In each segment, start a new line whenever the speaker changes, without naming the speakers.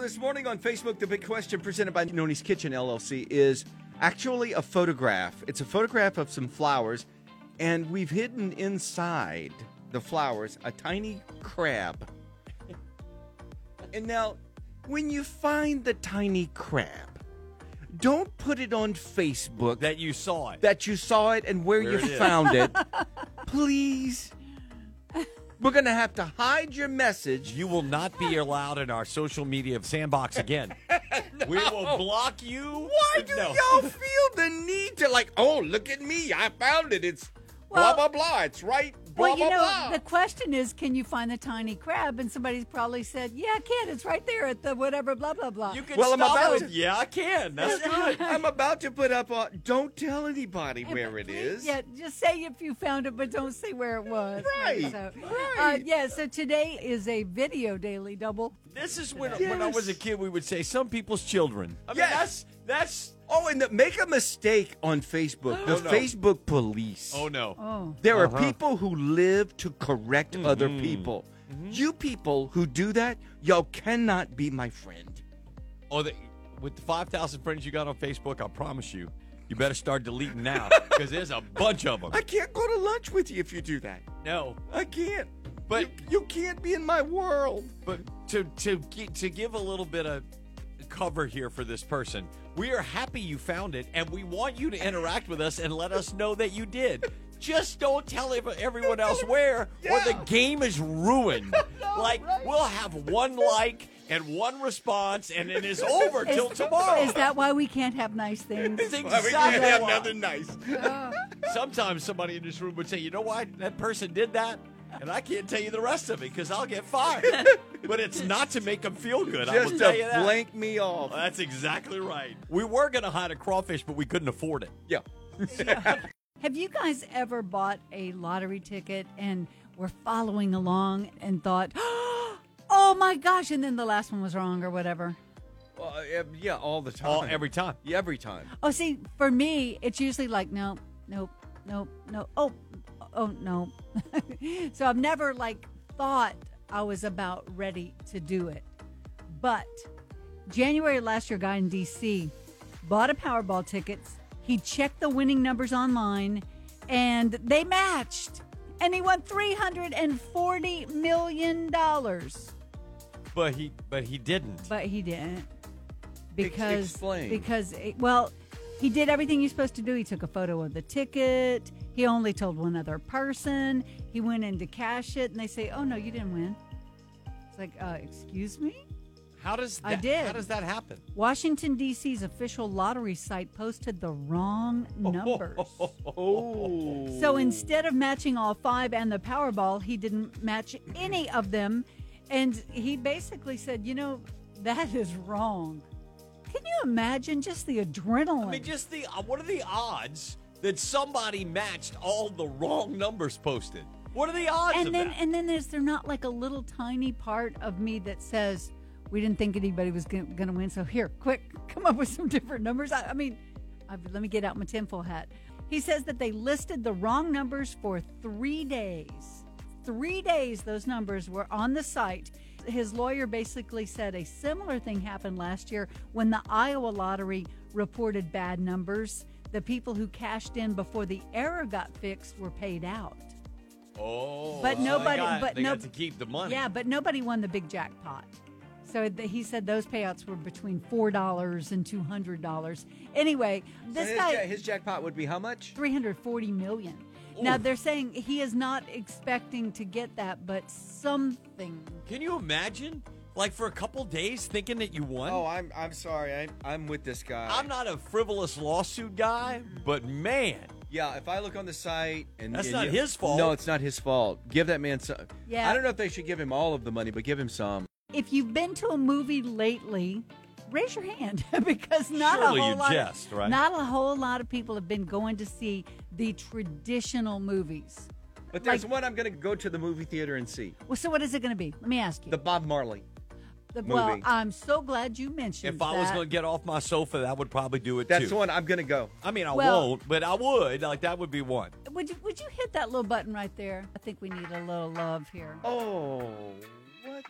this morning on Facebook, the big question presented by Noni's Kitchen LLC is actually a photograph. It's a photograph of some flowers, and we've hidden inside the flowers a tiny crab. and now, when you find the tiny crab, don't put it on Facebook that,
that you saw it.
you saw it and where,
Where
you
it is.
found it. Please. We're going to have to hide your message.
you will not be allowed in our social media of Sandbox again. We will block you.
Why do
No.
y'all feel the need to like, oh, look at me, I found it. It's
Well-
blah blah blah. It's right. Blah
Well, you
blah
know,
blah.
the question is, can you find the tiny crab? And somebody's probably said, "Yeah, kid, it's right there at the whatever, blah blah blah."
You can
Well, I'm
stop
about
it.
to-
Yeah, I can. That's good.
I'm about to put up a don't tell anybody
And
where it
please-
is.
Yeah, just say if you found it, but don't say where it was.
Right,
So,
right.
Uh, yeah. So today is a video daily double.
This is when, when I was a
Yes.
kid, we would say some people's children. I mean,
Yes.
that's that's.
Oh, and the, make a mistake on Facebook. The
Oh, no.
Facebook police.
no.
Oh,
There are people who live to correct
Mm-hmm.
other people. You people who do that, y'all cannot be my friend.
Oh, the, with the five thousand friends you got on Facebook, I promise you, you better start deleting now because there's a bunch of them.
I can't go to lunch with you if you do that.
No,
I can't.
But-
you, you can't be in my world.
but to to gi- to give a little bit of cover here for this person, we are happy you found it, and we want you to interact with us and let us know that you did. Just don't tell ev- everyone else where, or the
Yeah.
game is ruined. like we'll have one like and one response, and it is over
Is-
till tomorrow.
Is that why we can't have nice things?
It's
Well, we
exactly
can't have
why.
nothing nice.
Sometimes somebody in this room would say, "You know why that person did that?" And I can't tell you the rest of it because I'll get fired. but it's not to make them feel good. I will
Just
tell you that.
to blank me off.
That's exactly right. We were going to hide a crawfish, but we couldn't afford it.
Yeah.
Have you guys ever bought a lottery ticket and were following along and thought, "Oh my gosh!" And then the last one was wrong or whatever.
Well, eh, yeah, all the time.
All every time.
Yeah, every time.
Oh, see, for me, it's usually like no, no, no, no. Oh, oh no. so I've never like thought I was about ready to do it. But January last year, a guy in DC bought a Powerball tickets. He checked the winning numbers online, and they matched. And he won three hundred and forty million dollars,
But he but he didn't.
but he didn't because
explain.
because it, well he did everything you're supposed to do he took a photo of the ticket he only told one other person he went in to cash it and they say oh no you didn't win it's like uh, excuse me
How does that,
I did.
How does that happen?
washington d.c.'s official lottery site posted the wrong numbers
Oh.
So instead of matching all five and the Powerball, he didn't match any of them. And he basically said, you know, that is wrong. Can you imagine just the adrenaline?
I mean, just the uh, what are the odds that somebody matched all the wrong numbers posted? What are the odds of
and then
that?
and then is there not like a little tiny part of me that says we didn't think anybody was going to win so here quick come up with some different numbers i, I mean i let me get out my tinfoil hat he says that they listed the wrong numbers for three days three days those numbers were on the site his lawyer basically said a similar thing happened last year when the iowa lottery reported bad numbers the people who cashed in before the error got fixed were paid out
oh,
but
so they
nobody-
got-
but
they
no-
got to keep the money.
yeah, but nobody won the big jackpot. So th- he said those payouts were between four dollars and two hundred dollars. Anyway, this
his, ja-
guy
his jackpot would be how much?
three hundred forty million. Now they're saying he is not expecting to get that, but something.
Can you imagine? Like for a couple days thinking that you won?
Oh, I'm I'm sorry. I'm I'm with this guy.
I'm not a frivolous lawsuit guy, but man,
Yeah, if I look on the site and
That's
and
not his fault.
No, it's not his fault. Give that man some.
Yeah.
I don't know if they should give him all of the money, but give him some.
If you've been to a movie lately, raise your hand because not
Surely
a whole
you
lot.
jest, right?
Not a whole lot of people have been going to see the traditional movies.
But there's
Like-
one I'm going to go to the movie theater and see
Well, so what is it going to be? Let me ask you.
the Bob Marley.
The- well,
movie.
I'm so glad you mentioned.
if I was
that.
going to get off my sofa, that would probably do it
That's
too.
the one I'm going to go.
I mean, I
Well-
won't, but I would. Like that would be one.
Would you would you hit that little button right there? I think we need a little love here.
Oh, what?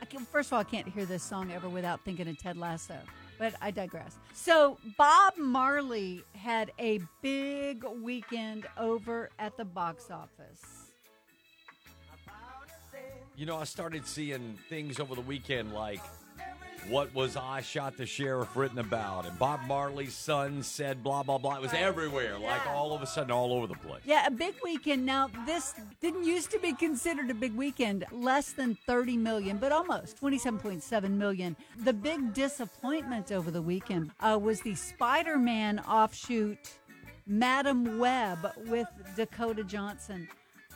I can, first of all, I can't hear this song ever without thinking of Ted Lasso. But I digress. So Bob Marley had a big weekend over at the box office.
You know, I started seeing things over the weekend like what was I shot the sheriff written about? And Bob Marley's son said blah blah blah. It was everywhere, like all of a sudden all over the place.
Yeah, a big weekend. Now, this didn't used to be considered a big weekend, less than 30 million, but almost 27.7 million. The big disappointment over the weekend uh, was the Spider Man offshoot, Madam Web, with Dakota Johnson.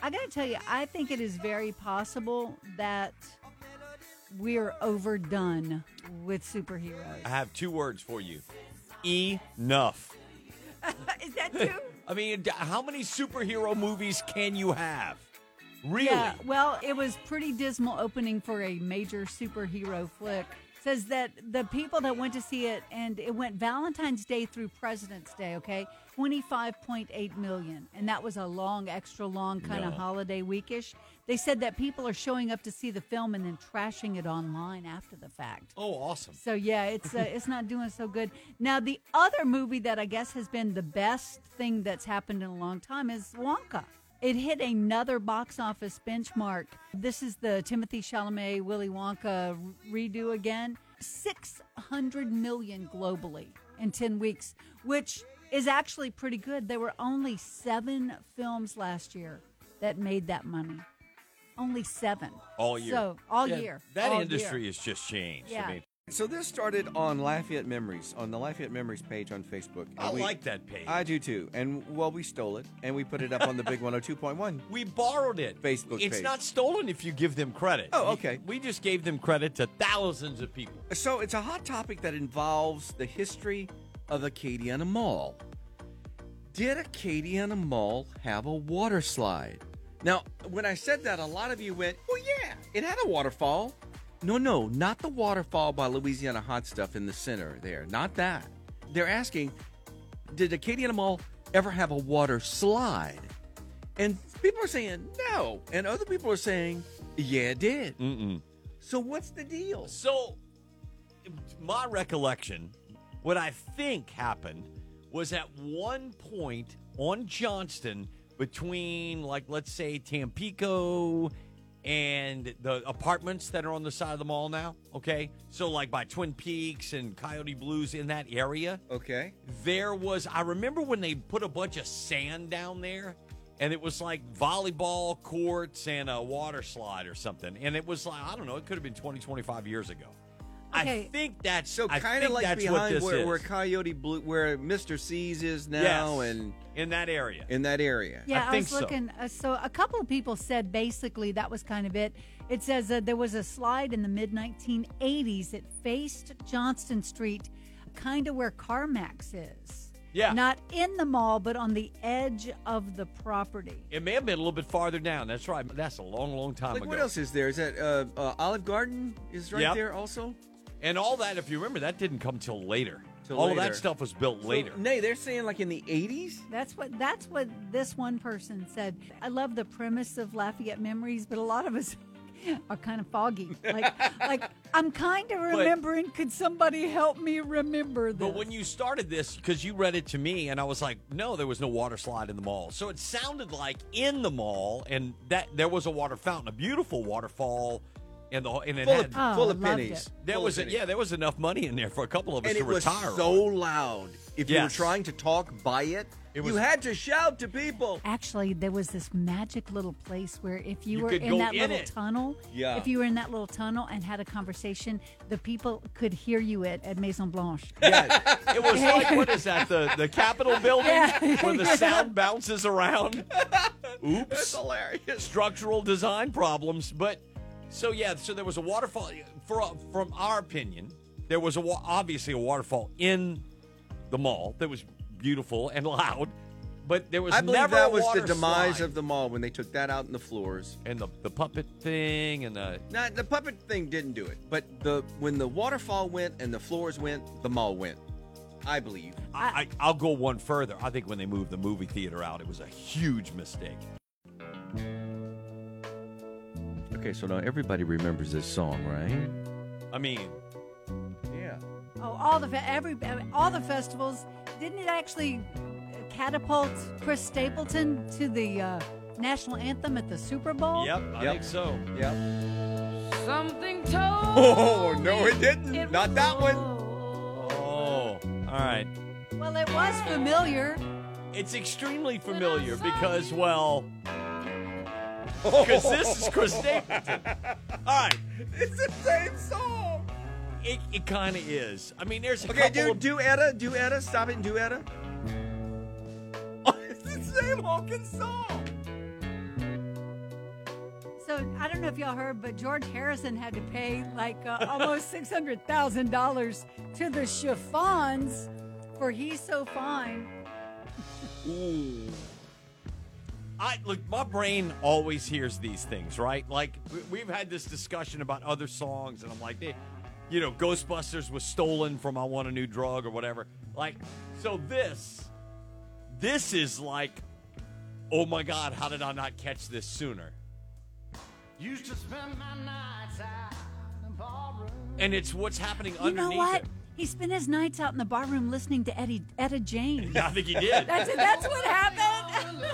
I got to tell you, I think it is very possible that we're overdone with superheroes.
I have two words for you. Enough.
Uh, is that true?
I mean, d- how many superhero movies can you have? Really?
Yeah, well, it was pretty dismal opening for a major superhero flick. Says that the people that went to see it and it went Valentine's Day through President's Day, okay? 25.8 million. And that was a long, extra long kind of
No.
holiday weekish. They said that people are showing up to see the film and then trashing it online after the fact.
Oh, awesome.
So yeah, it's uh, it's not doing so good. Now the other movie that I guess has been the best thing that's happened in a long time is Wonka. It hit another box office benchmark. This is the Timothy Chalamet Willy Wonka redo again. 600 million globally in 10 weeks, which is actually pretty good. There were only 7 films last year that made that money. Only 7
All year.
So, all
Yeah,
year.
That
All
industry
year.
has just changed.
Yeah.
I mean,
So this started on Lafayette Memories, on the Lafayette Memories page on Facebook.
I
Oh,
And we-
like that page.
I do too. And well, we stole it and we put it up on the Big 102.1.
we borrowed it.
Facebook
It's
page.
not stolen if you give them credit.
Oh, okay.
We just gave them credit to thousands of people.
So it's a hot topic that involves the history of Acadiana Mall. Did Acadiana Mall have a water slide? Now, when I said that, a lot of you went, "Well, yeah, it had a waterfall." No, no, not the waterfall by Louisiana Hot Stuff in the center there. Not that. They're asking, did Acadiana Mall ever have a water slide? And people are saying no, and other people are saying, yeah, it did.
Mm-mm.
So what's the deal?
So, my recollection, what I think happened was at one point on Johnston between, like, let's say Tampico and the apartments that are on the side of the mall now. Okay. So, like, by Twin Peaks and Coyote Blues in that area,
Okay.
there was, I remember when they put a bunch of sand down there. And it was like volleyball courts and a water slide or something. And it was like, I don't know, it could have been 20, 25 years ago. I
Okay.
think that's
So
I
kind of
think
like
that's what
behind
this
where,
is.
where Coyote Blue, where Mr. C's is now,
Yes,
and
in that area.
in that area.
I
Yeah, I,
think
was
so.
looking. So. Uh, so a couple of people said basically that was kind of it. It says uh, there was a slide in the mid 1980s that faced Johnston Street, kind of where CarMax is.
Yeah.
Not in the mall, but on the edge of the property.
it may have been a little bit farther down. That's right. That's a long, long time
Like
ago.
what else is there? Is that uh, uh, Olive Garden is right
Yep.
there also?
And all that, if you remember, that didn't come till later.
Till
all of
later.
that stuff was built later.
So, nay, they're saying like in the eighties.
That's what that's what this one person said. I love the premise of Lafayette Memories, but a lot of us are kind of foggy. Like like I'm kind of remembering. Could somebody help me remember this?
But when you started this, because you read it to me, and I was like, no, there was no water slide in the mall. So it sounded like in the mall, and that there was a water fountain, a beautiful waterfall, and the and it
Full
had
of,
Oh,
full of
loved it.
pennies.
there
Full of
was a,
pennies.
yeah there was enough money in there for a couple of us
and
to
it was
retire.
so
on.
loud. If you were
Yes.
trying to talk by it,
It
you
was-
had to shout to people.
actually there was this magic little place where if you,
You
were
could
in
go
that
in
little
it.
tunnel
Yeah.
if you were in that little tunnel and had a conversation the people could hear you at, at maison blanche
Yeah, it was like what is that the the Capitol building
Yeah.
where the sound bounces around.
That's hilarious.
structural design problems. But so yeah, so there was a waterfall. For from our opinion, there was a wa- obviously a waterfall in the mall that was beautiful and loud, but there was
I believe
never a
that was the
water
demise
slide.
of the mall when they took that out in the floors.
and the the puppet thing and the
Now the puppet thing didn't do it, but the when the waterfall went and the floors went, the mall went. I believe.
I, I, I'll go one further. I think when they moved the movie theater out, it was a huge mistake.
Okay, so now everybody remembers this song, right?
I mean,
Yeah.
Oh, all the fe- every all the festivals didn't it actually catapult Chris Stapleton to the uh, national anthem at the Super Bowl?
yep, I
Yep.
think so.
Yeah.
Something told
Oh, no, it didn't.
it
Not that one.
was.
Oh, all right.
Well, it was familiar.
It's extremely familiar because, well, because this is Chris Stapleton. All right,
It's the same song.
it, it kind of is. I mean, there's a
Okay,
couple.
dude, do Etta, do Etta, stop it and do Etta. Oh, it's the same honking song.
So I don't know if y'all heard, but George Harrison had to pay like uh, almost six hundred thousand dollars to the Chiffons for "He's So Fine."
I look, my brain always hears these things, right? Like we- we've had this discussion about other songs, and I'm like, they, you know, Ghostbusters was stolen from "I Want a New Drug" or whatever. Like, so this, this is like, oh my God, how did I not catch this sooner?
Used to spend my nights out in the barroom.
And it's what's happening
You know
underneath
what?
it.
He spent his nights out in the barroom listening to Eddie Etta James.
I think he did.
That's that's what happened.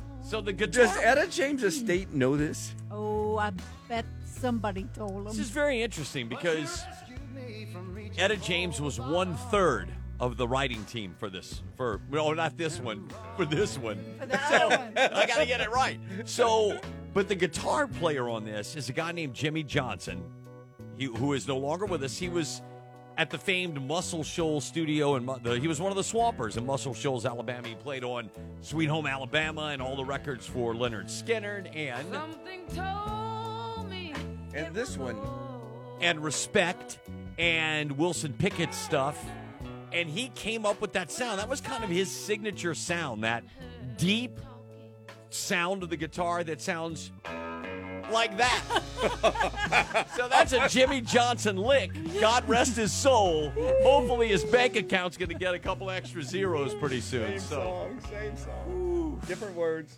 so the guitar.
Does Etta James Estate know this?
Oh, I bet somebody told
this
him.
is very interesting because
Rescued me from reaching
Etta James was one third of the writing team for this. For no, not this one. For this one.
For the other one.
I gotta get it right. So, but the guitar player on this is a guy named Jimmy Johnson, he, who is no longer with us. He was at the famed Muscle Shoals studio, and the, he was one of the Swampers in Muscle Shoals, Alabama. He played on Sweet Home Alabama and all the records for Leonard Skinner and
Something told me.
And this one.
and Respect and Wilson Pickett stuff. And he came up with that sound. That was kind of his signature sound, that deep sound of the guitar that sounds like that. so that's a Jimmy Johnson lick. God rest his soul. Hopefully his bank account's going to get a couple extra zeros pretty soon. So
song, same song. Different words.